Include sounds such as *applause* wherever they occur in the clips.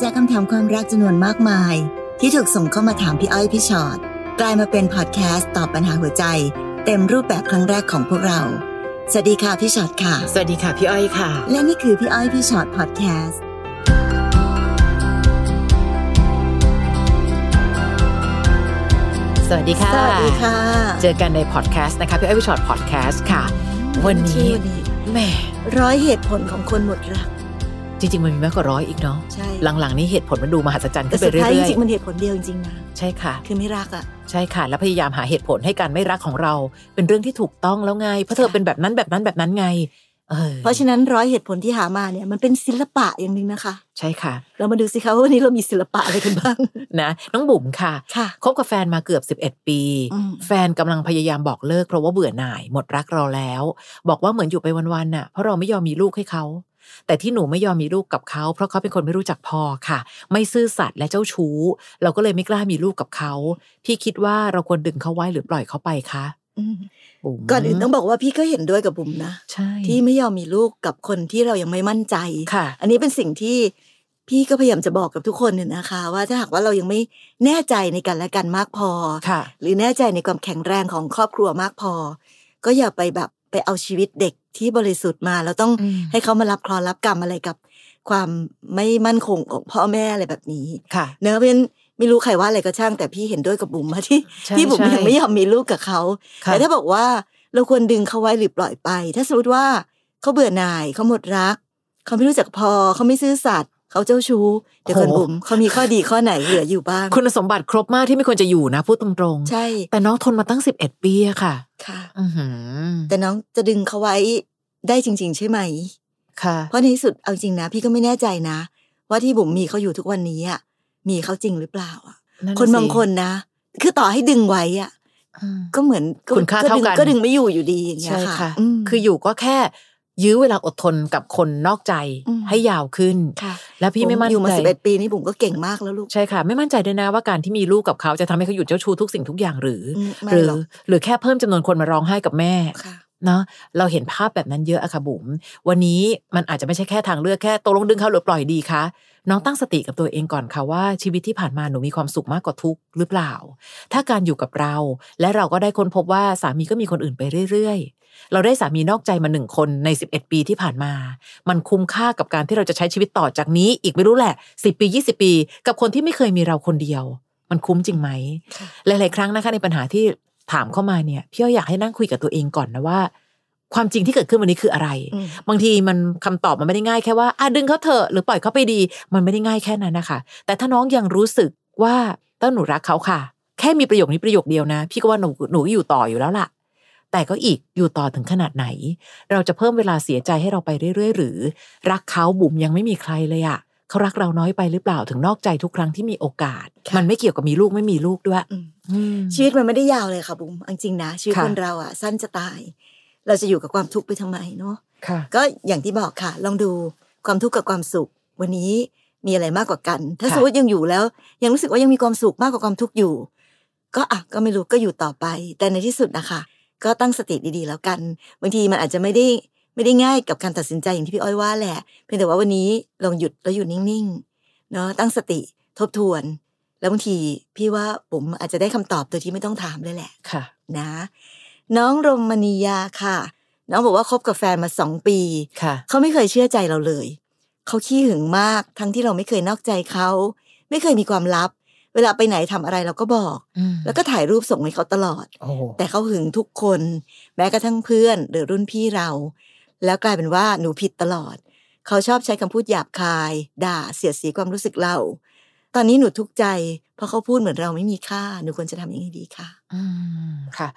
จากคำถามความรักจำนวนมากมาย ที่ถูกส่งเข้ามาถามพี่อ้อยพี่ชอ็อตกลายมาเป็นพอดแคสต์ตอบปัญหาหัวใจ เต็มรูปแบบครั้งแรกของพวกเรา สวัสดีค่ะพี่ชอ็อตค่ะ สวัสดีค่ะพี่อ้อยค่ะ และนี่คือพี่อ้อยพี่ชอ็อตพอดแคสต์ สวัสดีค่ะ สวัสดีค่ะ เจอกันในพอดแคสต์นะคะพี่อ้อยพี่ชอตพอดแคสต์ค่ะ วันนี้ ชื่อนี้ แหม่ ร้อยเหตุผลของคนหมดรัก จริง ๆ มันมีมากกว่าร้อยอีกเนาะ ใช่ หลังๆ นี้เหตุผลมันดูมหัศจรรย์ แต่ ขึ้นไป สุด เรื่ ท้ายจ อย ริงๆมันเหตุผลเดียวจริงๆนะ ๆ ใช่ค่ะ คือไม่รักอะ ใช่ค่ะ แล้วพยายามหาเหตุผลให้การไม่รักของเรา เป็นเรื่องที่ถูกต้องแล้วไง เพราะเธอเป็นแบบนั้นแบบนั้นแบบนั้นไง เออ เพราะฉะนั้นร้อยเหตุผลที่หามาเนี่ยมันเป็นศิลปะอย่างหนึ่งนะคะ ใช่ค่ะ เรามาดูสิคะว่าวันนี้เรามีศิลปะอะไรกันบ้าง นะน้องบุ๋มค่ะ ค่ะ คบกับแฟนมาเกือบ 11 ปี อืม แฟนกำลังพยายามบอกเลิกเพราะว่าเบื่อหน่ายหมดรักเราแล้ว บอกว่าเหมือนอยู่ไปวันๆน่ะเพราะเราไม่ยอมมีลูกให้เขา แต่ที่หนูไม่ยอมมีลูกกับเขาเพราะเขาเป็นคนไม่รู้จักพอค่ะ ไม่ซื่อสัตย์และเจ้าชู้ เราก็เลยไม่กล้ามีลูกกับเขา พี่คิดว่าเราควรดึงเขาไว้หรือปล่อยเขาไปคะ อืม บุ๋ม ก่อนอื่นต้องบอกว่าพี่ก็เห็นด้วยกับบุ๋มนะ ใช่ ที่ไม่ยอมมีลูกกับคนที่เรายังไม่มั่นใจ ค่ะ อันนี้เป็นสิ่งที่พี่ก็พยายามจะบอกกับทุกคนเนี่ยนะคะ ว่าถ้าหากว่าเรายังไม่แน่ใจในกันและกันมากพอ ค่ะ หรือแน่ใจในความแข็งแรงของครอบครัวมากพอ ก็อย่าไปแบบไปเอาชีวิตเด็กที่บริสุทธิ์มาแล้วต้อง อืม ให้เขามารับเครอรับกรรมอะไรกับ ความไม่มั่นคงของพ่อแม่อะไรแบบนี้ ค่ะ เนอะเพราะฉะนั้นไม่รู้ใครว่าอะไรก็ช่างแต่พี่เห็นด้วยกับบุ๋ม *laughs* มาที่ ใช่ ที่บุ๋ม ใช่ ยังไม่ยอมมีลูกกับเขา ค่ะ แต่ถ้าบอกว่าเราควรดึงเขาไว้หรือปล่อยไป ถ้าสมมติว่าเขาเบื่อหน่ายเขาหมดรัก เขาไม่รู้จักพอเขาไม่ซื่อสัตย์เขาเจ้าชู้เดี๋ยวคนบุ๋มเขามีข้อดีข้อไหนเหลืออยู่บ้าง คุณสมบัติครบมากที่ไม่ควรจะอยู่นะพูดตรงๆ ใช่ แต่น้องทนมาตั้ง 11 ปีอะค่ะ ค่ะ อือหือ แต่น้องจะดึงเขาไว้ได้จริง ๆ ใช่ไหม ค่ะ เพราะในที่สุดเอาจริงนะ พี่ก็ไม่แน่ใจนะ ว่าที่บุ๋มมีเขาอยู่ทุกวันนี้อะมีเขาจริงหรือเปล่าอะคนบางคนนะ คือต่อให้ดึงไว้อะ ก็เหมือนก็ คุณค่า ก็ เท่า ดึง กัน ก็ดึงไม่อยู่อยู่ดีอย่างเงี้ ใช่ ย ค่ะ ค่ะอืม คืออยู่ก็แค่ยื้อเวลาอดทนกับคนนอกใจ อืม ให้ยาวขึ้น ค่ะ แล้วพี่ไม่มั่น อยู่มา ใจ สิบเอ็ดปีนี่บุ๋มก็เก่งมากแล้วลูก ใช่ค่ะ ไม่มั่นใจด้วยนะว่าการที่มีลูกกับเขาจะทำให้เขาหยุดเจ้าชู้ทุกสิ่งทุกอย่างหรือ มไม่ หรื หรอก หรือแค่เพิ่มจำนวนคนมาร้องไห้กับแม่ ค่ะ เนาะเราเห็นภาพแบบนั้นเยอะอะค่ะบุ๋มวันนี้มันอาจจะไม่ใช่แค่ทางเลือกแค่ตกลงดึงเขาหรือปล่อยดีคะน้องตั้งสติกับตัวเองก่อนค่ะว่าชีวิตที่ผ่านมาหนูมีความสุขมากกว่าทุกข์หรือเปล่า ถ้าการอยู่กับเรา และเราก็ได้ค้นพบว่าสามีก็มีคนอื่นไปเรื่อยๆ เราได้สามีนอกใจมาหนึ่งคนใน 11 ปีที่ผ่านมา มันคุ้มค่ากับการที่เราจะใช้ชีวิตต่อจากนี้อีกไม่รู้แหละ 10 ปี 20 ปี กับคนที่ไม่เคยมีเราคนเดียว มันคุ้มจริงไหม ค่ะ หลาย ๆ ครั้งนะคะในปัญหาที่ถามเข้ามาเนี่ยพี่อ้อยอยากให้นั่งคุยกับตัวเองก่อนนะว่า ความจริงที่เกิดขึ้นวันนี้คืออะไร อืม บางทีมันคำตอบมันไม่ได้ง่ายแค่ว่าอ่ะดึงเขาเถอะหรือปล่อยเขาไปดี มันไม่ได้ง่ายแค่นั้นนะคะ แต่ถ้าน้องยังรู้สึกว่าต้าหนูรักเขาค่ะ แค่มีประโยคนี้ประโยคเดียวนะ พี่ก็ว่าหนูหนูก็อยู่ต่ออยู่แล้วล่ะ แต่ก็อีกอยู่ต่อถึงขนาดไหน เราจะเพิ่มเวลาเสียใจให้เราไปเรื่อย ๆ หรือ รักเขาบุ๋มยังไม่มีใครเลยอะเขารักเราน้อยไปหรือเปล่าถึงนอกใจทุกครั้งที่มีโอกาส ค่ะ มันไม่เกี่ยวกับมีลูกไม่มีลูกด้วย อืม อืม ชีวิตมันไม่ได้ยาวเลยค่ะบุ๋มเอาจริงนะชีวิต ค่ะ คนเราอ่ะ สั้นจะตาย เราจะอยู่กับความทุกข์ไปทำไมเนาะ ค่ะ ก็อย่างที่บอกค่ะ ลองดูความทุกข์กับความสุข วันนี้มีอะไรมากกว่ากัน ถ้า ค่ะ สมมติยังอยู่แล้ว ยังรู้สึกว่ายังมีความสุขมากกว่าความทุกข์อยู่ ก็อ่ะก็ไม่รู้ก็อยู่ต่อไป แต่ในที่สุดนะคะ ก็ตั้งสติดีๆ แล้วกัน บางทีมันอาจจะไม่ได้ไม่ได้ง่ายกับการตัดสินใจอย่างที่พี่อ้อยว่าแหละ เพียงแต่ว่าวันนี้ลองหยุดแล้วอยู่นิ่งๆเนาะตั้งสติทบทวน แล้วบางทีพี่ว่าผมอาจจะได้คำตอบโดยที่ไม่ต้องถามเลยแหละ ค่ะ นะ น้องรมณียาค่ะ น้องบอกว่าคบกับแฟนมาสองปี ค่ะ เขาไม่เคยเชื่อใจเราเลย เขาขี้หึงมาก ทั้งที่เราไม่เคยนอกใจเขา ไม่เคยมีความลับ เวลาไปไหนทำอะไรเราก็บอก แล้วก็ถ่ายรูปส่งให้เขาตลอด โอ้โห แต่เขาหึงทุกคน แม้กระทั่งเพื่อน หรือรุ่นพี่เรา แล้วกลายเป็นว่าหนูผิดตลอด เขาชอบใช้คำพูดหยาบคาย ด่าเสียดสีความรู้สึกเรา ตอนนี้หนูทุกข์ใจ เพราะเขาพูดเหมือนเราไม่มีค่า หนูควรจะทำยังไงดีคะ อืมค่ะ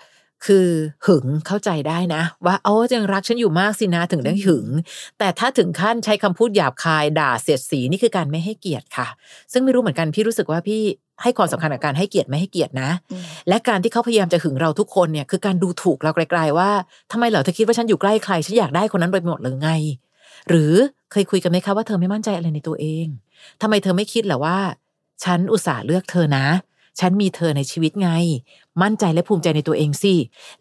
คือหึงเข้าใจได้นะ ว่าโอ้ยังรักฉันอยู่มากสินะถึงได้หึง แต่ถ้าถึงขั้นใช้คำพูดหยาบคายด่าเสียดสีนี่คือการไม่ให้เกียรติค่ะ ซึ่งไม่รู้เหมือนกันพี่รู้สึกว่าพี่ให้ความสำคัญกับการให้เกียรติไม่ให้เกียรตินะ อืม และการที่เขาพยายามจะหึงเราทุกคนเนี่ยคือการดูถูกเราไกลๆว่าทำไมเหรอเธอคิดว่าฉันอยู่ใกล้ใครฉันอยากได้คนนั้นไปหมดหรือไง หรือเคยคุยกันไหมคะว่าเธอไม่มั่นใจอะไรในตัวเองทำไมเธอไม่คิดเหรอว่า ฉันอุตส่าห์เลือกเธอนะ ฉันมีเธอในชีวิตไง มั่นใจและภูมิใจในตัวเองสิ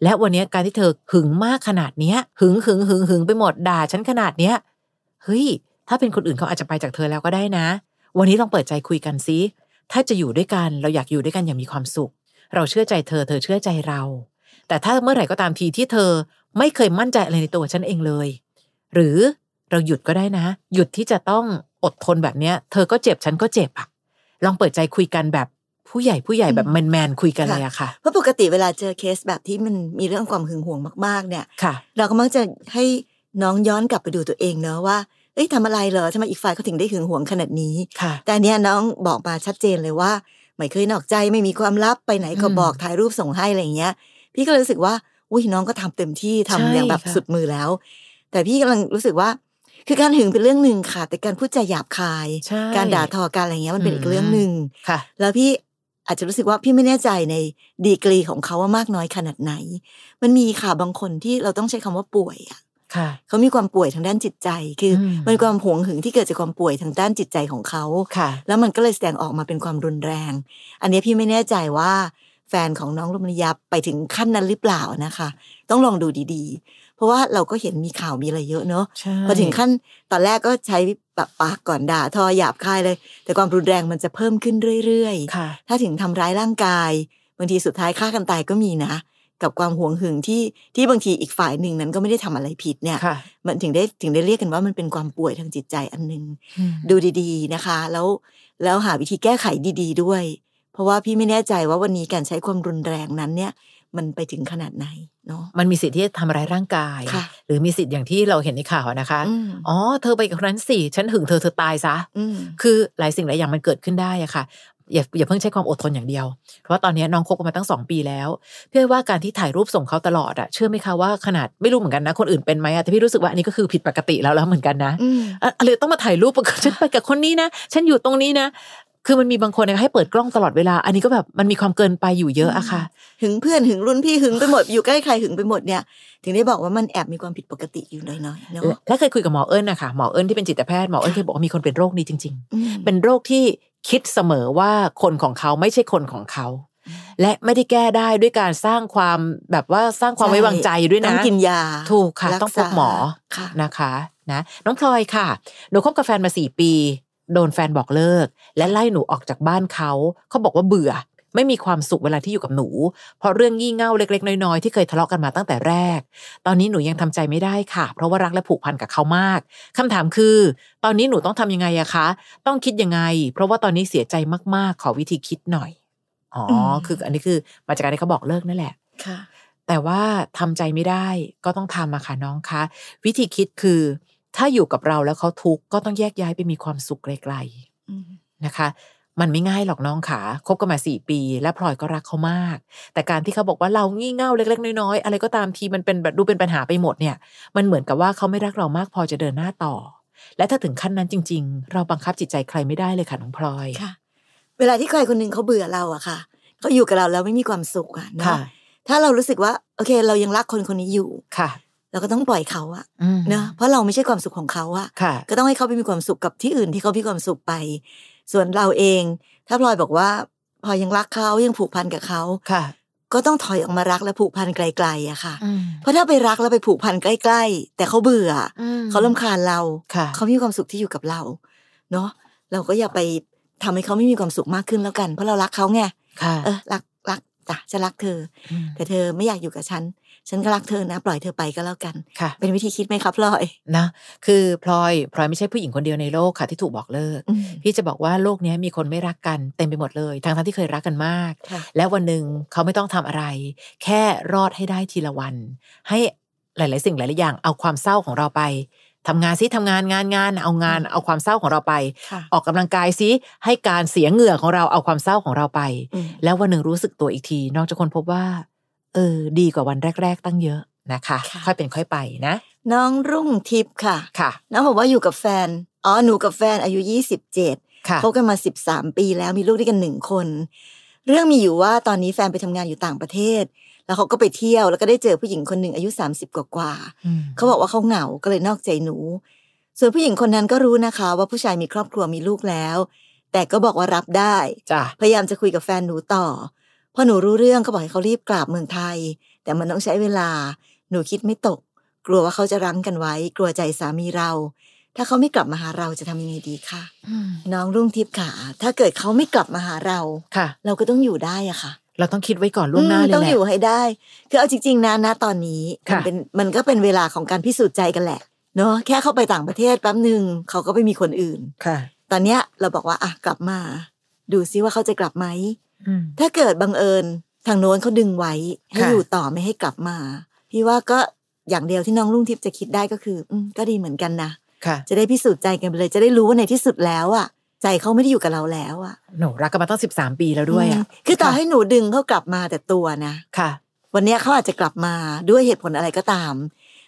และวันเนี้ยการที่เธอหึงมากขนาดเนี้ยหึงหึงหึงหึงไปหมดด่าฉันขนาดเนี้ยเฮ้ยถ้าเป็นคนอื่นเขาอาจจะไปจากเธอแล้วก็ได้นะ วันนี้ลองเปิดใจคุยกันซิถ้าจะอยู่ด้วยกันเราอยากอยู่ด้วยกันอย่างมีความสุข เราเชื่อใจเธอ เธอเชื่อใจเรา แต่ถ้าเมื่อไหร่ก็ตามทีที่เธอไม่เคยมั่นใจอะไรในตัวฉันเองเลย หรือเราหยุดก็ได้นะ หยุดที่จะต้องอดทนแบบเนี้ย เธอก็เจ็บฉันก็เจ็บอะลองเปิดใจคุยกันแบบผู้ใหญ่ผู้ใหญ่แบบแมนแมนๆคุยกันเลยอะค่ะ เพราะปกติเวลาเจอเคสแบบที่มันมีเรื่องความหึงหวงมากๆ เนี่ย ค่ะ เราก็มักจะให้น้องย้อนกลับไปดูตัวเองเนอะว่า เอ้ยทำอะไรเหรอทำไมอีกฝ่ายเขาถึงได้หึงหวงขนาดนี้ ค่ะ แต่อันเนี้ยน้องบอกมาชัดเจนเลยว่า ไม่เคยนอกใจไม่มีความลับไปไหนก็ อืม บอกถ่ายรูปส่งให้อะไรอย่างเงี้ย พี่ก็เลยรู้สึกว่าอุ้ยน้องก็ทำเต็มที่ทำ ใช่ อย่างแบบ ค่ะ สุดมือแล้ว แต่พี่กำลังรู้สึกว่า คือการหึงเป็นเรื่องหนึ่งค่ะ แต่การพูดจาหยาบคาย ใช่ การด่าทอการอะไรเงี้ยมันเป็น อืม อีกเรื่องหนึ่ง ค่ะ แล้วพี่อาจจะรู้สึกว่าพี่ไม่แน่ใจในดีกรีของเขาว่ามากน้อยขนาดไหน มันมีค่ะบางคนที่เราต้องใช้คำว่าป่วยอะ ค่ะ เขามีความป่วยทางด้านจิตใจ คืออ ม มันความหวงหึงที่เกิดจากความป่วยทางด้านจิตใจของเขา ค่ะ แล้วมันก็เลยแสดงออกมาเป็นความรุนแรง อันเนี้ยพี่ไม่แน่ใจว่าแฟนของน้องลมนิยาไปถึงขั้นนั้นหรือเปล่านะคะ ต้องลองดูดีๆ เพราะว่าเราก็เห็นมีข่าวมีอะไรเยอะเนอะ ใช่ พอถึงขั้นตอนแรกก็ใช้แบบปากก่อนด่าทอหยาบคายเลย แต่ความรุนแรงมันจะเพิ่มขึ้นเรื่อยๆ ค่ะ ถ้าถึงทำร้ายร่างกายบางทีสุดท้ายฆ่ากันตายก็มีนะ กับความหวงหึงที่ที่บางทีอีกฝ่ายหนึ่งนั้นก็ไม่ได้ทำอะไรผิดเนี่ย ค่ะ มันถึงได้ถึงได้เรียกกันว่ามันเป็นความป่วยทางจิตใจอันหนึง อืม ดูดีๆนะคะ แล้วแล้วหาวิธีแก้ไขดี ๆ ด้วย เพราะว่าพี่ไม่แน่ใจว่าวันนี้การใช้ความรุนแรงนั้นเนี่ย มันไปถึงขนาดไหนเนาะ มันมีสิทธิ์ที่จะทำร้ายร่างกาย ค่ะ หรือมีสิทธิ์อย่างที่เราเห็นในข่าวนะคะ อืม อ๋อ เธอไปกับคนนั้นสิ ฉันหึงเธอเธอตายซะ อืม คือหลายสิ่งหลายอย่างมันเกิดขึ้นได้อะค่ะ อย่าอย่าเพิ่งใช้ความอดทนอย่างเดียว เพราะว่าตอนนี้น้องคบกันมาตั้งสองปีแล้ว เพื่อว่าการที่ถ่ายรูปส่งเขาตลอดอะเชื่อไหมคะว่าขนาดไม่รู้เหมือนกันนะ คนอื่นเป็นไหมอะแต่พี่รู้สึกว่าอันนี้ก็คือผิดปกติแล้วแล้วเหมือนกันนะ อืม อะอะไรต้องมาถ่ายรูปกับ *laughs* ฉันไปกับคนนี้นะ ฉันอยู่ตรงนี้นะ คือมันมีบางคนนะคะให้เปิดกล้องตลอดเวลา อันนี้ก็แบบมันมีความเกินไปอยู่เยอะอะค่ะ หึงเพื่อนหึงรุ่นพี่หึงไปหมดอยู่ใกล้ใครหึงไปหมดเนี่ย ถึงได้บอกว่ามันแอบมีความผิดปกติอยู่หน้อยๆเนาะ และและเคยคุยกับหมอเอิญนะคะหมอเอิญที่เป็นจิตแพทย์หมอเอิญเคยบอกว่ามีคนเป็นโรคนี้จริง อืม ๆ เป็นโรคที่คิดเสมอว่าคนของเขาไม่ใช่คนของเขา และไม่ได้แก้ได้ด้วยการสร้างความแบบว่าสร้างความ ใช่ ไว้วางใจด้วยนะ ต้องกินยา ถูกค่ะ รัษา ต้องพบหมอ ค่ะ นะคะนะน้องพลอยค่ะหนูคบกับแฟนมาสี่ปี โดนแฟนบอกเลิก และไล่หนูออกจากบ้านเขาเขาบอกว่าเบื่อ ไม่มีความสุขเวลาที่อยู่กับหนู เพราะเรื่องงี่เง่าเล็ก ๆ น้อยๆที่เคยทะเลาะกันมาตั้งแต่แรก ตอนนี้หนูยังทำใจไม่ได้ค่ะ เพราะว่ารักและผูกพันกับเขามากคำถามคือ ตอนนี้หนูต้องทำยังไงอะคะ ต้องคิดยังไง เพราะว่าตอนนี้เสียใจมากๆ ขอวิธีคิดหน่อยอ๋ออ ม คืออันนี้คือมาจากการที่เขาบอกเลิกนั่นแหละ ค่ะ แต่ว่าทำใจไม่ได้ก็ต้องทำอะค่ะน้องคะ วิธีคิดคือ ถ้าอยู่กับเราแล้วเขาทุกข์ก็ต้องแยกย้ายไปมีความสุขไกลๆ อืม นะคะ มันไม่ง่ายหรอกน้องขาคบกันมาสี่ปี และพลอยก็รักเขามาก แต่การที่เขาบอกว่าเรางี่เง่าเล็ก ๆ น้อยๆอะไรก็ตามทีมันเป็นแบบดูเป็นปัญหาไปหมดเนี่ย มันเหมือนกับว่าเขาไม่รักเรามากพอจะเดินหน้าต่อ และถ้าถึงขั้นนั้นจริง ๆ เราบังคับจิตใจใครไม่ได้เลยค่ะน้องพลอย ค่ะ เวลาที่ใครคนหนึ่งเขาเบื่อเราอะค่ะเขาอยู่กับเราแล้วไม่มีความสุขอะเนอะถ้าเรารู้สึกว่าโอเค เรายังรักคนคนนี้อยู่ ค่ะ เราก็ต้องปล่อยเขาอะ อืม เนอะเพราะเราไม่ใช่ความสุขของเขาอะ ค่ะ ก็ต้องให้เขาไปมีความสุขกับที่อื่นที่เขามีความสุขไป ส่วนเราเอง ถ้าพลอยบอกว่าพลอยยังรักเขายังผูกพันกับเขา ค่ะ ก็ต้องถอยออกมารักและผูกพันไกลๆอะค่ะ อืม เพราะถ้าไปรักแล้วไปผูกพันใกล้ๆ แต่เขาเบื่อ เขาลำคาญเรา ค่ะ เขามีความสุขที่อยู่กับเรา เนาะเราก็อย่าไปทำให้เขาไม่มีความสุขมากขึ้นแล้วกัน เพราะเรารักเขาไง ค่ะ เออรักรักจ้ะฉันรักเธอ ม แต่เธอไม่อยากอยู่กับฉัน ฉันก็รักเธอนะ ปล่อยเธอไปก็แล้วกัน ค่ะ เป็นวิธีคิดไหมครับพลอย นะคือพลอยพลอยไม่ใช่ผู้หญิงคนเดียวในโลกค่ะที่ถูกบอกเลิก อืม พี่จะบอกว่าโลกเนี้ยมีคนไม่รักกันเต็มไปหมดเลยทั้งทั้งๆที่เคยรักกันมาก ค่ะ และวันหนึ่งเขาไม่ต้องทำอะไร แค่รอดให้ได้ทีละวัน ให้หลาย ๆ สิ่งหลาย ๆ อย่างเอาความเศร้าของเราไปทำงานซิทำงานงานงานเอางาน เอาความเศร้าของเราไป ค่ะ ออกกำลังกายซิให้การเสียเหงื่อของเราเอาความเศร้าของเราไป อืม แล้ววันหนึ่งรู้สึกตัวอีกทีน้องจะคนพบว่า เออ ดีกว่าวันแรก ๆ ตั้งเยอะนะคะ ค่ะ ค่อยเป็นค่อยไปนะ น้องรุ่งทิพย์ค่ะ ค่ะ น้องบอกว่าอยู่กับแฟน อ๋อ หนูกับแฟนอายุยี่สิบเจ็ด ค่ะ คบกันมา 13 ปีแล้วมีลูกด้วยกันหนึ่งคน เรื่องมีอยู่ว่าตอนนี้แฟนไปทำงานอยู่ต่างประเทศ แล้วเขาก็ไปเที่ยวแล้วก็ได้เจอผู้หญิงคนหนึ่งอายุ 30 กว่ากว่าๆ อืม เขาบอกว่าเขาเหงาก็เลยนอกใจหนู ส่วนผู้หญิงคนนั้นก็รู้นะคะ ว่าผู้ชายมีครอบครัวมีลูกแล้ว แต่ก็บอกว่ารับได้ จ้ะ พยายามจะคุยกับแฟนหนูต่อพอหนูรู้เรื่องก็บอกให้เขารีบกลับเมืองไทย แต่มันต้องใช้เวลา หนูคิดไม่ตก กลัวว่าเขาจะรั้งกันไว้ กลัวใจสามีเรา ถ้าเขาไม่กลับมาหาเราจะทำยังไงดีคะ อืม น้องรุ่งทิพย์ค่ะ ถ้าเกิดเขาไม่กลับมาหาเรา ค่ะ เราก็ต้องอยู่ได้อะค่ะ เราต้องคิดไว้ก่อนล่วงหน้าเลย อืมต้อง แห อยู่ ละ ให้ได้ คือเอาจริงๆนะนะตอนนี้มั ค่ะ เป็นมันก็เป็นเวลาของการพิสูจน์ใจกันแหละเนาะแค่เข้าไปต่างประเทศแป๊บหนึ่งเขาก็ไปมีคนอื่น ค่ะ ตอนเนี้ยเราบอกว่าอ่ะกลับมา ดูซิว่าเขาจะกลับไหม อืม ถ้าเกิดบังเอิญทางโน้นเขาดึงไว้ให้ ค่ะ อยู่ต่อไม่ให้กลับมา พี่ว่าก็อย่างเดียวที่น้องลุงทิพย์จะคิดได้ก็คืออืมก็ดีเหมือนกันนะ ค่ะ จะได้พิสูจน์ใจกันไปเลยจะได้รู้ว่าในที่สุดแล้วอ่ะ ใจเขาไม่ได้อยู่กับเราแล้วอ่ะ หนูรักกันมาตั้งสิบสามปีแล้วด้วยอ่ะ มคือต่อให้หนูดึงเขากลับมาแต่ตัวนะ ค่ะ วันเนี้ยเขาอาจจะกลับมาด้วยเหตุผลอะไรก็ตาม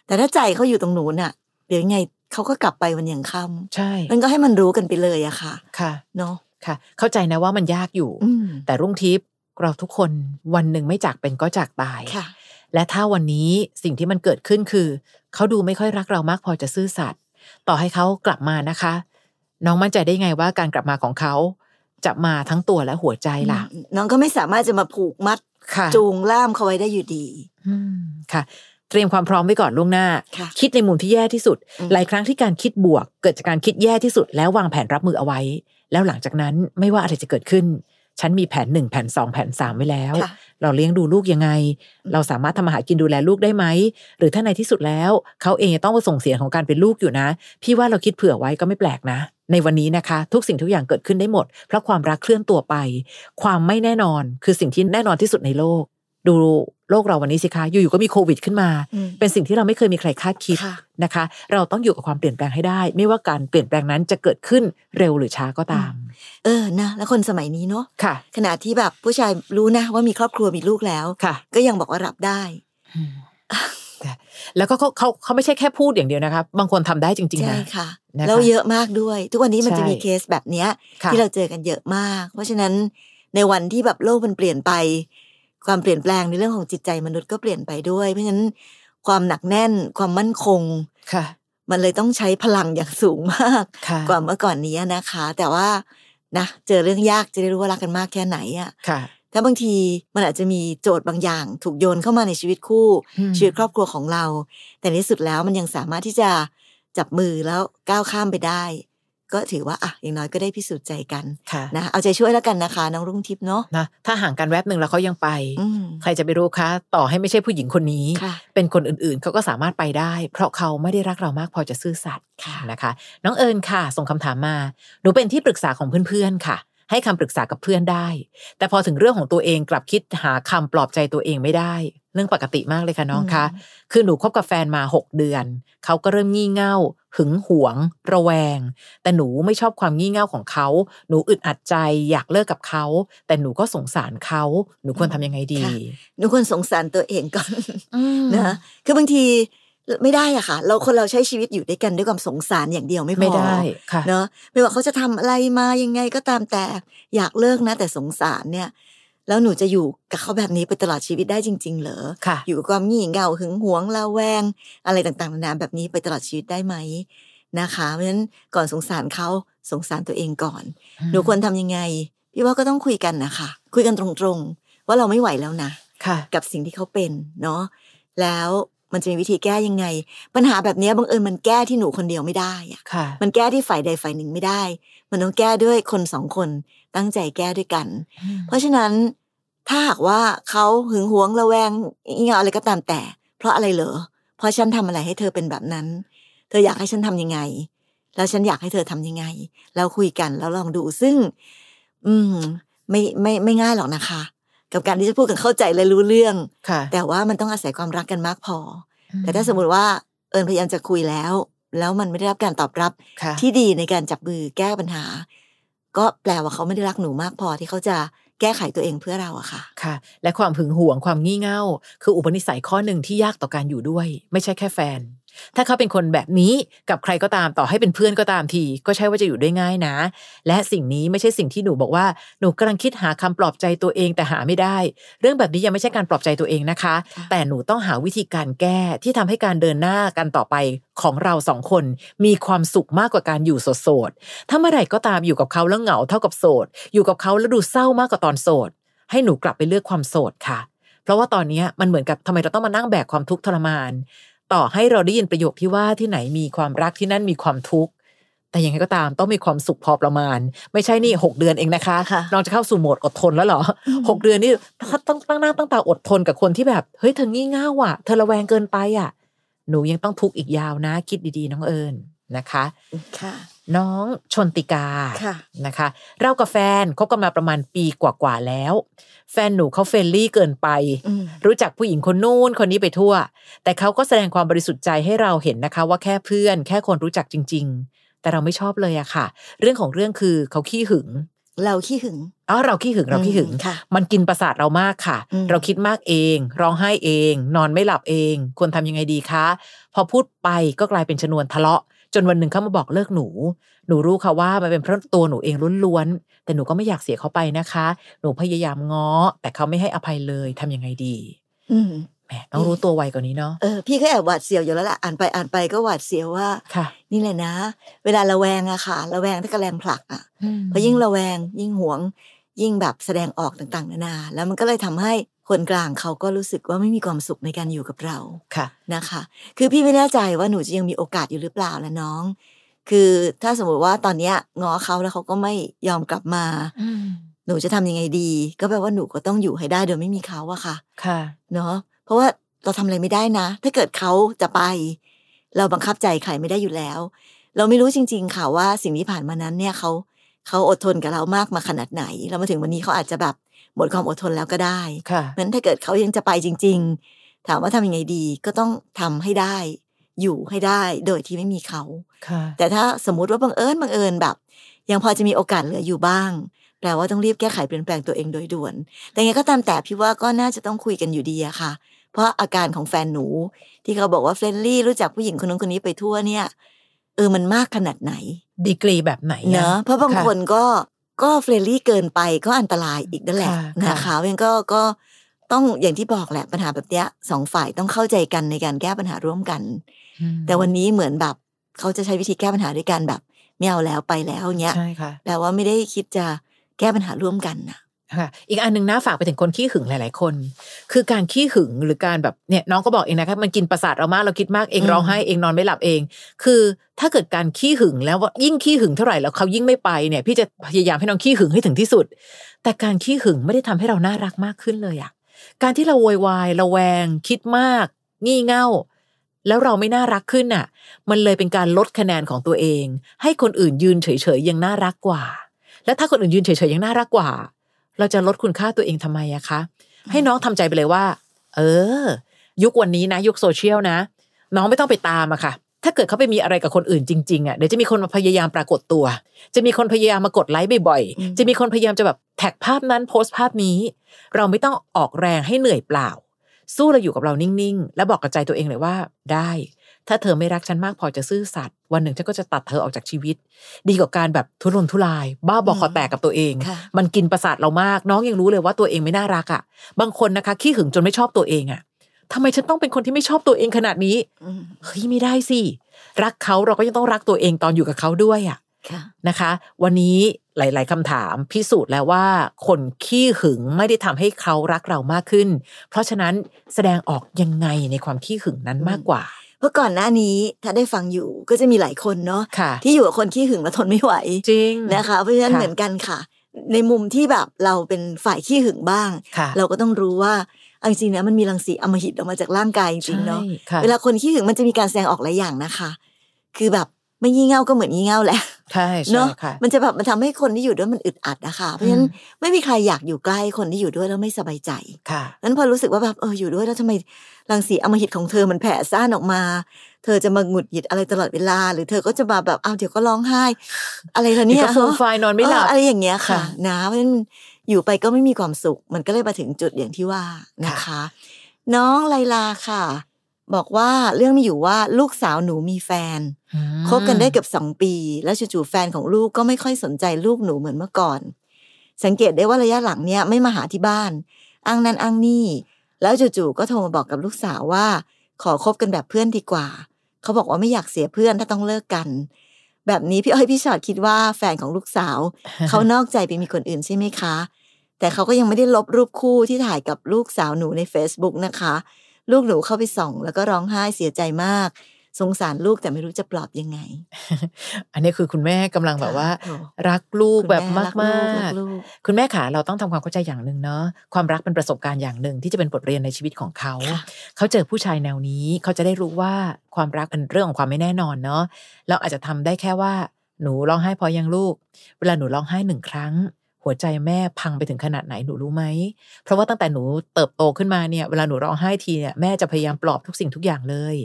แต่ถ้าใจเขาอยู่ตรงหนูน่ะ เดี๋ยวยังไงเขาก็กลับไปวันอย่างค่ ใช่ ำมันก็ให้มันรู้กันไปเลยอะค่ะ ค่ะ เนาะ ค่ะ เข้าใจนะว่ามันยากอยู่ อืม แต่รุ่งทิพย์เราทุกคนวันหนึ่งไม่จากเป็นก็จากตาย ค่ะ และถ้าวันนี้สิ่งที่มันเกิดขึ้นคือ เขาดูไม่ค่อยรักเรามากพอจะซื่อสัตย์ต่อให้เขากลับมานะคะ น้องมั่นใจได้ไงว่าการกลับมาของเขาจะมาทั้งตัวและหัวใจล่ะ น้องก็ไม่สามารถจะมาผูกมัด ค่ะ จูงล่ามเขาไว้ได้อยู่ดี อืมค่ะ เตรียมความพร้อมไว้ก่อนล่วงหน้า ค่ะ คิดในมุมที่แย่ที่สุด อืม หลายครั้งที่การคิดบวก เกิดจากการคิดแย่ที่สุด แล้ววางแผนรับมือเอาไว้ แล้วหลังจากนั้นไม่ว่าอะไรจะเกิดขึ้น ฉันมีแผนหนึ่งแผนสองแผนสามไว้แล้ว ค่ะ เราเลี้ยงดูลูกยังไง เราสามารถทำมาหากินดูแลลูกได้ไหม หรือถ้าในที่สุดแล้ว เขาเองยังต้องมาส่งเสียงของการเป็นลูกอยู่นะ พี่ว่าเราคิดเผื่อไว้ก็ไม่แปลกนะ ในวันนี้นะคะ ทุกสิ่งทุกอย่างเกิดขึ้นได้หมด เพราะความรักเคลื่อนตัวไป ความไม่แน่นอนคือสิ่งที่แน่นอนที่สุดในโลก ดูโลกเราวันนี้สิคะ อยู่ๆก็มีโควิดขึ้นมา อืม เป็นสิ่งที่เราไม่เคยมีใครคาดคิด ค่ะ นะคะ เราต้องอยู่กับความเปลี่ยนแปลงให้ได้ ไม่ว่าการเปลี่ยนแปลงนั้นจะเกิดขึ้นเร็วหรือช้าก็ตาม เออนะแล้วคนสมัยนี้เนาะ ค่ะ ขณะที่แบบผู้ชายรู้นะว่ามีครอบครัวมีลูกแล้ว ค่ะ ก็ยังบอกว่ารับได้ อืมค่ะแล้วก็เขาเขาเขาไม่ใช่แค่พูดอย่างเดียวนะครับ บางคนทำได้จริงๆ ใช่ นะ ค่ะ นะคะ แล้วเยอะมากด้วย ทุกวันนี้มัน ใช่ จะมีเคสแบบเนี้ย ค่ะ ที่เราเจอกันเยอะมาก เพราะฉะนั้นในวันที่แบบโลกมันเปลี่ยนไป ความเปลี่ยนแปลงในเรื่องของจิตใจมนุษย์ก็เปลี่ยนไปด้วย เพราะฉะนั้นความหนักแน่นความมั่นคง ค่ะ มันเลยต้องใช้พลังอย่างสูงมาก ค่ะ กว่าเมื่อก่อนนี้นะคะ แต่ว่านะเจอเรื่องยากจะได้รู้ว่ารักกันมากแค่ไหนอะ ค่ะ ถ้าบางทีมันอาจจะมีโจทย์บางอย่าง ถูกโยนเข้ามาในชีวิตคู่ ชีวิตครอบครัวของเรา แต่ในที่สุดแล้วมันยังสามารถที่จะจับมือแล้วก้าวข้ามไปได้ ก็ถือว่าอ่ะอย่างน้อยก็ได้พิสูจน์ใจกัน ค่ะ นะเอาใจช่วยแล้วกันนะคะ น้องรุ่งทิพย์เนาะ นะถ้าห่างกันแวบหนึ่งแล้วเขายังไป อืม ใครจะไปรู้คะ ต่อให้ไม่ใช่ผู้หญิงคนนี้ ค่ะ เป็นคนอื่นๆเขาก็สามารถไปได้ เพราะเขาไม่ได้รักเรามากพอจะซื่อสัตย์ ค่ะ นะคะ น้องเอิญค่ะ ส่งคำถามมาหนูเป็นที่ปรึกษาของเพื่อนๆค่ะ ให้คำปรึกษากับเพื่อนได้ แต่พอถึงเรื่องของตัวเองกลับคิดหาคำปลอบใจตัวเองไม่ได้ เรื่องปกติมากเลยค่ะน้องคะ คือหนูคบกับแฟนมา 6 เดือน เขาก็เริ่มงี่เง่า หึงหวง ระแวง แต่หนูไม่ชอบความงี่เง่าของเขา หนูอึดอัดใจ อยากเลิกกับเขา แต่หนูก็สงสารเขา หนูควรทำยังไงดี ค่ะ หนูควรสงสารตัวเองก่อน *laughs* นะ นะคือบางทีไม่ได้อะค่ะ เราคนเราใช้ชีวิตอยู่ด้วยกันด้วยความสงสารอย่างเดียวไม่พอ ไม่ได้ค่ะ เนอะไม่ว่าเขาจะทำอะไรมายังไงก็ตามแต่อยากเลิกนะ แต่สงสารเนี่ย แล้วหนูจะอยู่กับเขาแบบนี้ไปตลอดชีวิตได้จริง ๆ เหรอ ค่ะ อยู่กับความงี่เง่าหึงหวงระแวง อะไรต่างๆนานาแบบนี้ไปตลอดชีวิตได้ไหมนะคะเพราะฉะนั้นก่อนสงสารเขาสงสารตัวเองก่อน หนูควรทำยังไงพี่ว่าก็ต้องคุยกันนะคะคุยกันตรงๆ ว่าเราไม่ไหวแล้วนะ ค่ะ กับสิ่งที่เขาเป็นเนาะแล้วมันจะมีวิธีแก้ยังไง ปัญหาแบบเนี้ยบังเอิญมันแก้ที่หนูคนเดียวไม่ได้อะ ค่ะ มันแก้ที่ฝ่ายใดฝ่ายหนึ่งไม่ได้ มันต้องแก้ด้วยคนสองคนตั้งใจแก้ด้วยกัน เพราะฉะนั้นถ้าหากว่าเขาหึงหวงระแวงเงี้ยอะไรก็ตามแต่ เพราะอะไรเหรอ เพราะฉันทำอะไรให้เธอเป็นแบบนั้น เธออยากให้ฉันทำยังไง แล้วฉันอยากให้เธอทำยังไง เราคุยกันแล้วลองดูซึ่ง อืม ไม่ไม่ไม่ง่ายหรอกนะคะ กับการที่จะพูดกันเข้าใจและรู้เรื่อง ค่ะ แต่ว่ามันต้องอาศัยความรักกันมากพอ แต่ถ้าสมมติว่าเอิญพยายามจะคุยแล้ว แล้วมันไม่ได้รับการตอบรับ ค่ะ ที่ดีในการจับมือแก้ปัญหา ก็แปลว่าเขาไม่ได้รักหนูมากพอที่เขาจะแก้ไขตัวเองเพื่อเราอะค่ะ ค่ะ และความหึงหวงความงี่เง่า คืออุปนิสัยข้อหนึ่งที่ยากต่อการอยู่ด้วย ไม่ใช่แค่แฟน ถ้าเขาเป็นคนแบบนี้กับใครก็ตามต่อให้เป็นเพื่อนก็ตามที ก็ใช่ว่าจะอยู่ด้วยง่ายนะ และสิ่งนี้ไม่ใช่สิ่งที่หนูบอกว่าหนูกำลังคิดหาคำปลอบใจตัวเองแต่หาไม่ได้ เรื่องแบบนี้ยังไม่ใช่การปลอบใจตัวเองนะคะ ค่ะ แต่หนูต้องหาวิธีการแก้ที่ทำให้การเดินหน้ากันต่อไปของเราสองคนมีความสุขมากกว่าการอยู่โสดๆถ้าเมื่อไหร่ก็ตามอยู่กับเขาแล้วเหงาเท่ากับโสด อยู่กับเขาแล้วดูเศร้ามากกว่าตอนโสด ให้หนูกลับไปเลือกความโสดค่ะ เพราะว่าตอนเนี้ยมันเหมือนกับทำไมเราต้องมานั่งแบกความทุกข์ทรมาน ต่อให้เราได้ยินประโยคที่ว่าที่ไหนมีความรักที่นั่นมีความทุกข์ แต่ยังไงก็ตามต้องมีความสุขพอประมาณ ไม่ใช่นี่หกเดือนเองนะคะ ค่ะ น้องจะเข้าสู่โหมดอดทนแล้วเหรอ หกเดือนนี่ถ้าต้องตั้งหน้าตั้งตาอดทนกับคนที่แบบเฮ้ยเธองี่เง่าอ่ะเธอระแวงเกินไปอ่ะ หนูยังต้องทุกข์อีกยาวนะ คิดดีๆ น้องเอิญนะคะ ค่ะ น้องชนติกา ค่ะ นะคะ เรากับแฟนคบกันมาประมาณปีกว่าๆแล้ว แฟนหนูเขาเฟรนลี่เกินไป อืม รู้จักผู้หญิงคนนู้นคนนี้ไปทั่ว แต่เขาก็แสดงความบริสุทธิ์ใจให้เราเห็นนะคะ ว่าแค่เพื่อน แค่คนรู้จักจริง ๆ แต่เราไม่ชอบเลยอะค่ะ เรื่องของเรื่องคือเขาขี้หึง เราขี้หึง อ๋อเราขี้หึงเราขี้หึง อืมค่ะ มันกินประสาทเรามากค่ะ อืม เราคิดมากเอง ร้องไห้เอง นอนไม่หลับเอง ควรทำยังไงดีคะ พอพูดไปก็กลายเป็นชนวนทะเลาะ จนวันหนึ่งเขามาบอกเลิกหนู หนูรู้ค่ะว่ามันเป็นเพราะตัวหนูเองล้วนๆ แต่หนูก็ไม่อยากเสียเขาไปนะคะ หนูพยายามง้อ แต่เขาไม่ให้อภัยเลยทำยังไงดี อืม แหมต้องรู้ตัวไวกว่านี้เนาะ เออพี่ก็แอบหวาดเสียวอยู่แล้วล่ะอ่านไปอ่านไปก็หวาดเสียวว่า ค่ะ นี่แหละนะ เวลาระแวงอะค่ะ ระแวงถ้ากระแรงผลักอะพอยิ่งระแวง ยิ่งหวง ยิ่งแบบแสดงออกต่างๆ นานา แล้วมันก็เลยทำให้คนกลางเขาก็รู้สึกว่าไม่มีความสุขในการอยู่กับเรา ค่ะ นะคะ คือพี่ไม่แน่ใจว่าหนูจะยังมีโอกาสอยู่หรือเปล่าละน้อง คือถ้าสมมติว่าตอนเนี้ยง้อเขาแล้วเขาก็ไม่ยอมกลับมา หนูจะทำยังไงดี ก็แปลว่าหนูก็ต้องอยู่ให้ได้โดยไม่มีเขาอะค่ะ ค่ะ เนาะเพราะว่าเราทำอะไรไม่ได้นะ ถ้าเกิดเขาจะไป เราบังคับใจใครไม่ได้อยู่แล้ว เราไม่รู้จริง ๆ ค่ะว่าสิ่งที่ผ่านมานั้นเนี่ยเขาเขาอดทนกับเรามากมาขนาดไหน แล้วมาถึงวันนี้เขาอาจจะแบบหมดความอดทนแล้วก็ได้ ค่ะ เพราะฉะนั้นถ้าเกิดเขายังจะไปจริง ๆ ถามว่าทำยังไงดีก็ต้องทำให้ได้ อยู่ให้ได้โดยที่ไม่มีเขา ค่ะ แต่ถ้าสมมุติว่าบังเอิญบังเอิญแบบ ยังพอจะมีโอกาสเหลืออยู่บ้าง แปลว่าต้องรีบแก้ไขเปลี่ยนแปลงตัวเองโดยด่วน แต่ยังไงก็ตามแต่พี่ว่าก็น่าจะต้องคุยกันอยู่ดีอะค่ะ เพราะอาการของแฟนหนู ที่เขาบอกว่าเฟรนลี่รู้จักผู้หญิงคนนู้นคนนี้ไปทั่วเนี่ยเออมันมากขนาดไหน ดีกรีแบบไหน เนอะเพราะบางคน นก็ก็เฟรนลี่เกินไปก็อันตรายอีกนั่นแหละ ค่ะ นะคะ ค่ะ เพราะงั้นก็ก็ต้องอย่างที่บอกแหละปัญหาแบบเนี้ยสองฝ่ายต้องเข้าใจกันในการแก้ปัญหาร่วมกัน แต่วันนี้เหมือนแบบเขาจะใช้วิธีแก้ปัญหาด้วยการแบบไม่เอาแล้วไปแล้วเงี้ย ใช่ค่ะ แปลว่าไม่ได้คิดจะแก้ปัญหาร่วมกันนะ ค่ะอีกอันหนึ่งนะฝากไปถึงคนขี้หึงหลาย ๆ คน คือการขี้หึงหรือการแบบเนี่ยน้องก็บอกเองนะคะมันกินประสาทเรามากเราคิดมากเอง อืม ร้องไห้เองนอนไม่หลับเอง คือถ้าเกิดการขี้หึงแล้วว่ายิ่งขี้หึงเท่าไหร่แล้วเขายิ่งไม่ไปเนี่ยพี่จะพยายามให้น้องขี้หึงให้ถึงที่สุด แต่การขี้หึงไม่ได้ทำให้เราน่ารักมากขึ้นเลยอะการที่เราโวยวายระแวง คิดมาก งี่เง่า แล้วเราไม่น่ารักขึ้นน่ะ มันเลยเป็นการลดคะแนนของตัวเอง ให้คนอื่นยืนเฉย ๆ ยังน่ารักกว่า และถ้าคนอื่นยืนเฉย ๆ ยังน่ารักกว่า เราจะลดคุณค่าตัวเองทำไมอะคะ ให้น้องทำใจไปเลยว่า เออ ยุควันนี้นะ ยุคโซเชียลนะ น้องไม่ต้องไปตามอะค่ะ ถ้าเกิดเขาไปมีอะไรกับคนอื่นจริงๆอะเดี๋ยวจะมีคนมาพยายามปรากฏตัว จะมีคนพยายามมากดไลค์บ่อย อืม ๆ จะมีคนพยายามจะแบบแท็กภาพนั้นโพสต์ภาพนี้ เราไม่ต้องออกแรงให้เหนื่อยเปล่า สู้เราอยู่กับเรานิ่งๆ แล้วบอกกับใจตัวเองเลยว่า ได้ ถ้าเธอไม่รักฉันมากพอจะซื่อสัตย์วันหนึ่งฉันก็จะตัดเธอออกจากชีวิต ดีกว่าการแบบทุรนทุราย บ้าบอคอแตกกับตัวเอง ค่ะ มันกินประสาทเรามาก น้องยังรู้เลยว่าตัวเองไม่น่ารักอะ่ะ บางคนนะคะขี้หึงจนไม่ชอบตัวเองอะ่ะทำไมฉันต้องเป็นคนที่ไม่ชอบตัวเองขนาดนี้ อืม เฮ้ยไม่ได้สิรักเขาเราก็ยังต้องรักตัวเองตอนอยู่กับเขาด้วยอ่ะ ค่ะ นะคะ วันนี้หลาย ๆคำถามพิสูจน์แล้วว่า คนขี้หึงไม่ได้ทำให้เขารักเรามากขึ้น เพราะฉะนั้นแสดงออกยังไงในความขี้หึงนั้นมากกว่า เพราะก่อนหน้านี้ถ้าได้ฟังอยู่ก็จะมีหลายคนเนาะ ค่ะ ที่อยู่กับคนขี้หึงแล้วทนไม่ไหว จริง นะคะเพราะฉะนั้น ค่ะ เหมือนกันค่ะ ในมุมที่แบบเราเป็นฝ่ายขี้หึงบ้าง ค่ะ เราก็ต้องรู้ว่าเอาจริงๆนะมันมีรังสีอำมหิตออกมาจากร่างกายจริงๆเนาะ ใช่ค่ะ เวลาคนขี้หึงมันจะมีการแสดงออกหลายอย่างนะคะ คือแบบไม่งี่เง่าก็เหมือนงี่เง่าแหละ ใช่ เน ใช่ อะ ค่ะ มันจะแบบมันทำให้คนที่อยู่ด้วยมันอึดอัดนะคะเพราะฉะนั้นไม่มีใครอยากอยู่ใกล้คนที่อยู่ด้วยแล้วไม่สบายใจ ค่ะ นั้นพอรู้สึกว่าแบบเอออยู่ด้วยแล้วทำไมรังสีอำมหิตของเธอมันแผ่ซ่านออกมา เธอจะมาหงุดหงิดอะไรตลอดเวลา หรือเธอก็จะมาแบบอ้าวเดี๋ยวก็ร้องไห้ อะไรล่ะเนี่ย ดี๋วก็เฟิร์มไฟล์นอนไม่หลับ เอออะไรอย่างเงี้ยค่ะ ค่ะ นะเพราะฉะนั้นอยู่ไปก็ไม่มีความสุข มันก็เลยมาถึงจุดอย่างที่ว่านะคะ น้องไลลาค่ะ บอกว่าเรื่องมีอยู่ว่าลูกสาวหนูมีแฟน อืม คบกันได้เกือบสองปี แล้วจู่ๆแฟนของลูกก็ไม่ค่อยสนใจลูกหนูเหมือนเมื่อก่อน สังเกตได้ว่าระยะหลังเนี่ยไม่มาหาที่บ้าน อ้างนั่นอ้างนี่ แล้วจู่ๆก็โทรมาบอกกับลูกสาวว่า ขอคบกันแบบเพื่อนดีกว่า เขาบอกว่าไม่อยากเสียเพื่อนถ้าต้องเลิกกัน แบบนี้พี่อ้อยพี่ชอดคิดว่าแฟนของลูกสาว เขานอกใจไปมีคนอื่นใช่ไหมคะ แต่เขาก็ยังไม่ได้ลบรูปคู่ที่ถ่ายกับลูกสาวหนูใน Facebook นะคะ ลูกหนูเข้าไปส่อง แล้วก็ร้องไห้เสียใจมาก สงสารลูกแต่ไม่รู้จะปลอบยังไง อันนี้คือคุณแม่กำลังแบบว่า ค่ะโอ้ รักลูกแบบ คุณ มาก รั มา ลูรั ก ลูก คุณแม่ขาเราต้องทำความเข้าใจอย่างหนึ่งเนาะความรักเป็นประสบการณ์อย่างหนึ่งที่จะเป็นบทเรียนในชีวิตของเขา ค่ะ เขาเจอผู้ชายแนวนี้เขาจะได้รู้ว่าความรักเป็นเรื่องของความไม่แน่นอนเนาะเราอาจจะทำได้แค่ว่า หนูร้องไห้พอยังลูก เวลาหนูร้องไห้หนึ่งครั้ง หัวใจแม่พังไปถึงขนาดไหนหนูรู้ไหม เพราะว่าตั้งแต่หนูเติบโตขึ้นมาเนี่ย เวลาหนูร้องไห้ทีเนี่ยแม่จะพยายามปลอบทุกสิ่งทุกอย่างเลย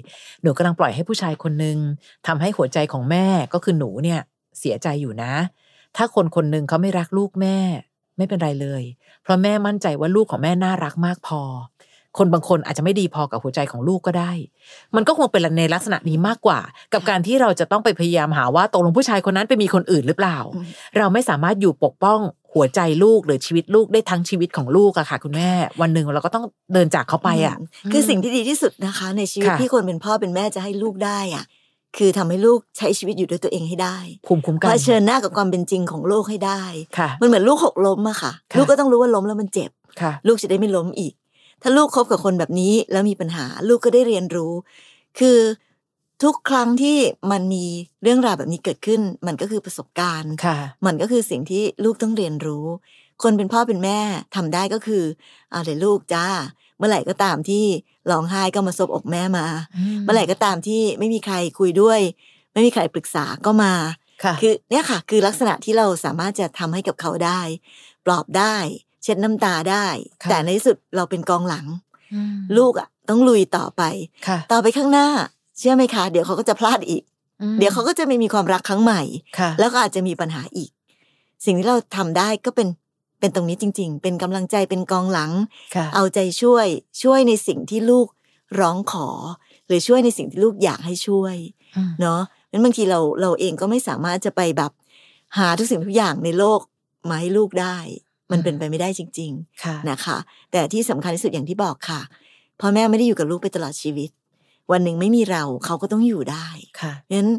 หนูกำลังปล่อยให้ผู้ชายคนหนึ่งทำให้หัวใจของแม่ก็คือหนูเนี่ยเสียใจอยู่นะ ถ้าคนคนหนึ่งเขาไม่รักลูกแม่ไม่เป็นไรเลย เพราะแม่มั่นใจว่าลูกของแม่น่ารักมากพอ คนบางคนอาจจะไม่ดีพอกับหัวใจของลูกก็ได้ มันก็คงเป็นในลักษณะนี้มากกว่า กับการที่เราจะต้องไปพยายามหาว่าตกลงผู้ชายคนนั้นไปมีคนอื่นหรือเปล่า อืม เราไม่สามารถอยู่ปกป้องหัวใจลูกหรือชีวิตลูกได้ทั้งชีวิตของลูกอะค่ะ คุณแม่ วันหนึ่งเราก็ต้องเดินจากเขาไปอะ มคือสิ่งที่ดีที่สุดนะคะ ในชีวิต ค่ะ ที่คนเป็นพ่อเป็นแม่จะให้ลูกได้อ่ะ คือทำให้ลูกใช้ชีวิตอยู่ด้วยตัวเองให้ได้ ภูมิคุ้มกั เผ น ชิญหน้ากับความเป็นจริงของโลกให้ได้ ค่ะ มันเหมือนลูกหกล้มอะค่ะ ค่ะ ลูกก็ต้องรู้ว่าล้มแล้วมันเจ็บ ค่ะ ลูกจะได้ไม่ล้มอีก ถ้าลูกคบกับคนแบบนี้แล้วมีปัญหา ลูกก็ได้เรียนรู้ คือทุกครั้งที่มันมีเรื่องราวแบบนี้เกิดขึ้น มันก็คือประสบการณ์ ค่ะ มันก็คือสิ่งที่ลูกต้องเรียนรู้ คนเป็นพ่อเป็นแม่ทำได้ก็คือเอาเลยลูกจ้า เมื่อไหร่ก็ตามที่ร้องไห้ก็มาซบอกแม่มา เมื่อไหร่ก็ตามที่ไม่มีใครคุยด้วย ไม่มีใครปรึกษาก็มา ค่ะ คือเนี่ยค่ะ คือลักษณะที่เราสามารถจะทำให้กับเขาได้ ปลอบได้ เช็ดน้ำตาได้ ค่ะ แต่ในที่สุดเราเป็นกองหลัง ม ลูกอ่ะต้องลุยต่อไป ค่ะ ต่อไปข้างหน้า เชื่อไหมคะ เดี๋ยวเขาก็จะพลาดอีก อืม เดี๋ยวเขาก็จะไม่มีความรักครั้งใหม่ ค่ะ แล้วก็อาจจะมีปัญหาอีก สิ่งที่เราทำได้ก็เป็นเป็นตรงนี้จริง ๆ เป็นกำลังใจเป็นกองหลัง ค่ะ เอาใจช่วย ช่วยในสิ่งที่ลูกร้องขอ หรือช่วยในสิ่งที่ลูกอยากให้ช่วย อืม เนาะงั้นบางทีเราเราเองก็ไม่สามารถจะไปแบบ หาทุกสิ่งทุกอย่างในโลกมาให้ลูกได้ มันเป็นไปไม่ได้จริง ค่ะ ๆนะคะ แต่ที่สำคัญที่สุดอย่างที่บอกค่ะพ่อแม่ไม่ได้อยู่กับลูกไปตลอดชีวิต วันหนึ่งไม่มีเราเขาก็ต้องอยู่ได้ ค่ะ เพราะฉะนั้น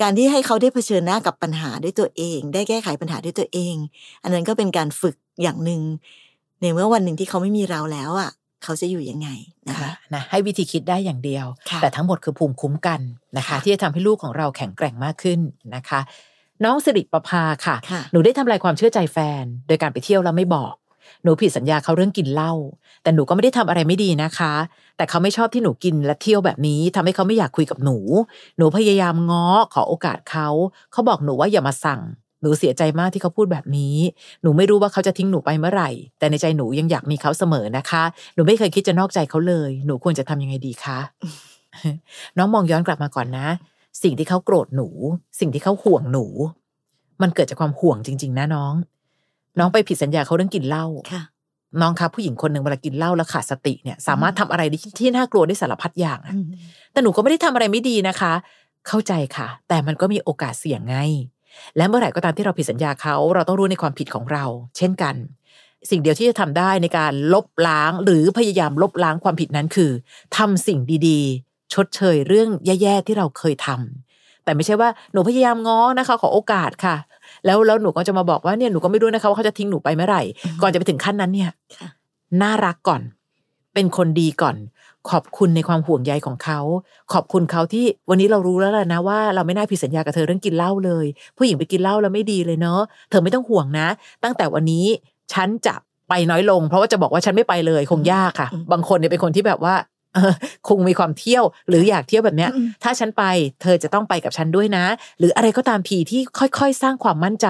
การที่ให้เขาได้เผชิญหน้ากับปัญหาด้วยตัวเอง ได้แก้ไขปัญหาด้วยตัวเอง อันนั้นก็เป็นการฝึกอย่างหนึ่งในเมื่อวันหนึ่งที่เขาไม่มีเราแล้วอ่ะเขาจะอยู่ยังไงนะคะ ค่ะนะให้วิธีคิดได้อย่างเดียว ค่ะ แต่ทั้งหมดคือภูมิคุ้มกันนะคะ ค่ะ ที่จะทำให้ลูกของเราแข็งแกร่งมากขึ้นนะคะ น้องสิริประภาค่ะ ค่ะ หนูได้ทำลายความเชื่อใจแฟน โดยการไปเที่ยวแล้วไม่บอก หนูผิดสัญญาเขาเรื่องกินเหล้าแต่หนูก็ไม่ได้ทำอะไรไม่ดีนะคะ แต่เขาไม่ชอบที่หนูกินและเที่ยวแบบนี้ทำให้เขาไม่อยากคุยกับหนู หนูพยายามง้อขอโอกาสเขาเขาบอกหนูว่าอย่ามาสั่ง หนูเสียใจมากที่เขาพูดแบบนี้ หนูไม่รู้ว่าเขาจะทิ้งหนูไปเมื่อไหร่ แต่ในใจหนูยังอยากมีเขาเสมอนะคะ หนูไม่เคยคิดจะนอกใจเขาเลย หนูควรจะทำยังไงดีคะ น้องมองย้อนกลับมาก่อนนะ สิ่งที่เขาโกรธหนู สิ่งที่เขาห่วงหนู มันเกิดจากความห่วงจริง ๆ นะน้อง น้องไปผิดสัญญาเขาเรื่องกินเหล้า ค่ะ น้องคะผู้หญิงคนหนึ่งเวลากินเหล้าแล้วขาดสติเนี่ยสามารถทำอะไรได้ที่ที่น่ากลัวได้สารพัดอย่างอะ แต่หนูก็ไม่ได้ทำอะไรไม่ดีนะคะ เข้าใจค่ะ แต่มันก็มีโอกาสเสี่ยงไง และเมื่อไหร่ก็ตามที่เราผิดสัญญาเขา เราต้องรู้ในความผิดของเรา เช่นกัน สิ่งเดียวที่จะทำได้ในการลบล้างหรือพยายามลบล้างความผิดนั้นคือทำสิ่งดีๆ ชดเชยเรื่องแย่ๆที่เราเคยทำแต่ไม่ใช่ว่าหนูพยายามง้อนะคะ ขอโอกาสค่ะ แล้วแล้วหนูก็จะมาบอกว่าเนี่ยหนูก็ไม่รู้นะคะว่าเขาจะทิ้งหนูไปเมื่อไหร่ ก่อนจะไปถึงขั้นนั้นเนี่ย ค่ะ น่ารักก่อน เป็นคนดีก่อน ขอบคุณในความห่วงใยของเขา ขอบคุณเขาที่วันนี้เรารู้แล้วล่ะนะว่าเราไม่น่าผิดสัญญากับเธอเรื่องกินเหล้าเลย ผู้หญิงไปกินเหล้าแล้วไม่ดีเลยเนาะ เธอไม่ต้องห่วงนะ ตั้งแต่วันนี้ฉันจะไปน้อยลง เพราะว่าจะบอกว่าฉันไม่ไปเลยคงยากค่ะ อืม บางคนเนี่ยเป็นคนที่แบบว่า *laughs* เออคงมีความเที่ยว หรืออยากเที่ยวแบบเนี้ย อืม ถ้าฉันไปเธอจะต้องไปกับฉันด้วยนะ หรืออะไรก็ตามทีที่ค่อยๆ สร้างความมั่นใจ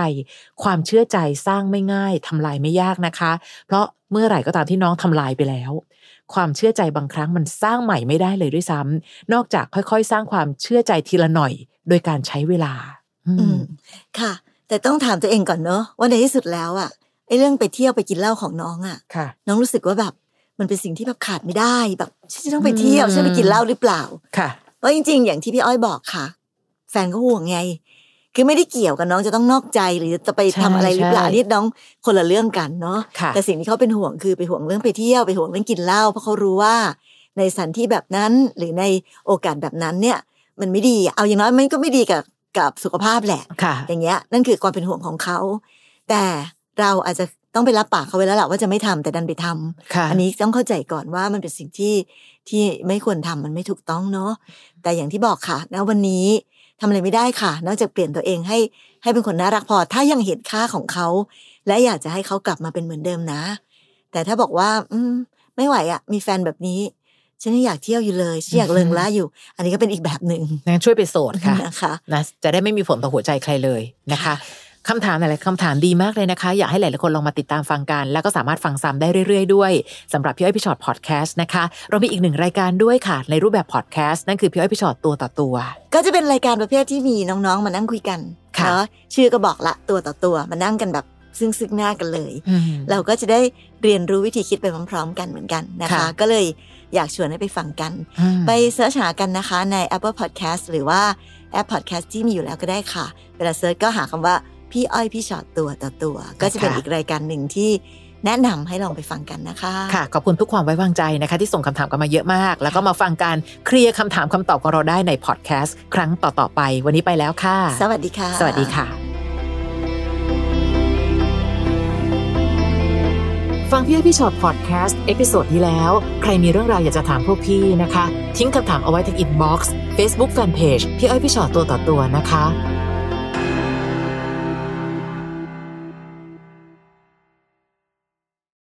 ความเชื่อใจสร้างไม่ง่ายทำลายไม่ยากนะคะ เพราะเมื่อไหร่ก็ตามที่น้องทำลายไปแล้ว ความเชื่อใจบางครั้งมันสร้างใหม่ไม่ได้เลยด้วยซ้ำนอกจากค่อยๆ สร้างความเชื่อใจทีละหน่อย โดยการใช้เวลา อืม อืมค่ะ แต่ต้องถามตัวเองก่อนเนอะว่าในที่สุดแล้วอะไอ้เรื่องไปเที่ยวไปกินเหล้าของน้องอะ ค่ะ น้องรู้สึกว่าแบบ มันเป็นสิ่งที่แบบขาดไม่ได้แบบฉันจะต้องไปเที่ยวฉันไปกินเหล้าหรือเปล่า ค่ะ เพราะจริง ๆ อย่างที่พี่อ้อยบอกค่ะ แฟนก็ห่วงไง คือไม่ได้เกี่ยวกับน้องจะต้องนอกใจหรือจะไปทำอะไรหรือเปล่า ใช่ นี่น้องคนละเรื่องกันเนาะ ค่ะ แต่สิ่งที่เขาเป็นห่วงคือไปห่วงเรื่องไปเที่ยวไปห่วงเรื่องกินเหล้าเพราะเขารู้ว่า ในสถานที่แบบนั้นหรือในโอกาสแบบนั้นเนี่ย มันไม่ดีเอาอย่างน้อยมันก็ไม่ดีกับกับสุขภาพแหละ ค่ะ อย่างเงี้ยนั่นคือความเป็นห่วงของเขา แต่เราอาจจะ ต้องไปรับปากเขาไว้แล้วแหละว่าจะไม่ทำแต่ดันไปทำ ค่ะ อันนี้ต้องเข้าใจก่อนว่ามันเป็นสิ่งที่ที่ไม่ควรทำมันไม่ถูกต้องเนาะแต่อย่างที่บอกค่ะณวันนี้ทำอะไรไม่ได้ค่ะ นอกจากเปลี่ยนตัวเองให้ให้เป็นคนน่ารักพอ ถ้ายังเห็นค่าของเขา และอยากจะให้เขากลับมาเป็นเหมือนเดิมนะ แต่ถ้าบอกว่า อืม ไม่ไหวอะ่ะ มีแฟนแบบนี้ ฉันยังอยากเที่ยวอยู่เลยฉันอยากเริงร่าอยู่ อันนี้ก็เป็นอีกแบบหนึ่ง งั้นช่วยไปโสดค่ะ นะคะ นะจะได้ไม่มีผลต่อหัวใจใครเลยนะคะคำถามหลายๆคำถามดีมากเลยนะคะ อยากให้หลายๆคนลองมาติดตามฟังกัน แล้วก็สามารถฟังซ้ำได้เรื่อย ๆ ด้วยสำหรับพี่อ้อยพี่ชอตพอดแคสต์นะคะ เรามีอีกหนึ่งรายการด้วยค่ะ ในรูปแบบพอดแคสต์นั่นคือพี่อ้อยพี่ชอตตัวต่อตัว ก็จะเป็นรายการประเภทที่มีน้องๆ มานั่งคุยกัน ค่ะ เนาะชื่อก็บอกละตัวต่อตัวมานั่งกันแบบซึ่งซึ่งหน้ากันเลย เราก็จะได้เรียนรู้วิธีคิดไปพร้อมๆ กันเหมือนกันนะคะ ค่ะ ก็เลยอยากชวนให้ไปฟังกัน อืม ไปเสิร์ชหากันนะคะใน Apple Podcast หรือว่าแอป Podcast ที่มีอยู่แล้วก็ได้ค่ะ เวลาเสิร์ชก็หาคำว่าพี่อ้อยพี่ชอตตัวต่อตัว ก็จะเป็นอีกรายการหนึ่งที่แนะนำให้ลองไปฟังกันนะคะ ค่ะ ขอบคุณทุกความไว้วางใจนะคะ ที่ส่งคำถามกันมาเยอะมาก แล้วก็มาฟังการเคลียร์คำถามคำตอบของเราได้ในพอดแคสต์ครั้งต่อๆไป วันนี้ไปแล้วค่ะ สวัสดีค่ะ สวัสดีค่ะ ฟังพี่อ้อยพี่ชอตพอดแคสต์เอพิโซดนี้แล้ว ใครมีเรื่องราวอยากจะถามพวกพี่นะคะ ทิ้งคำถามเอาไว้ทางอินบ็อกซ์เฟซบุ๊กแฟนเพจพี่อ้อยพี่ชอตตัวต่อตัวนะคะ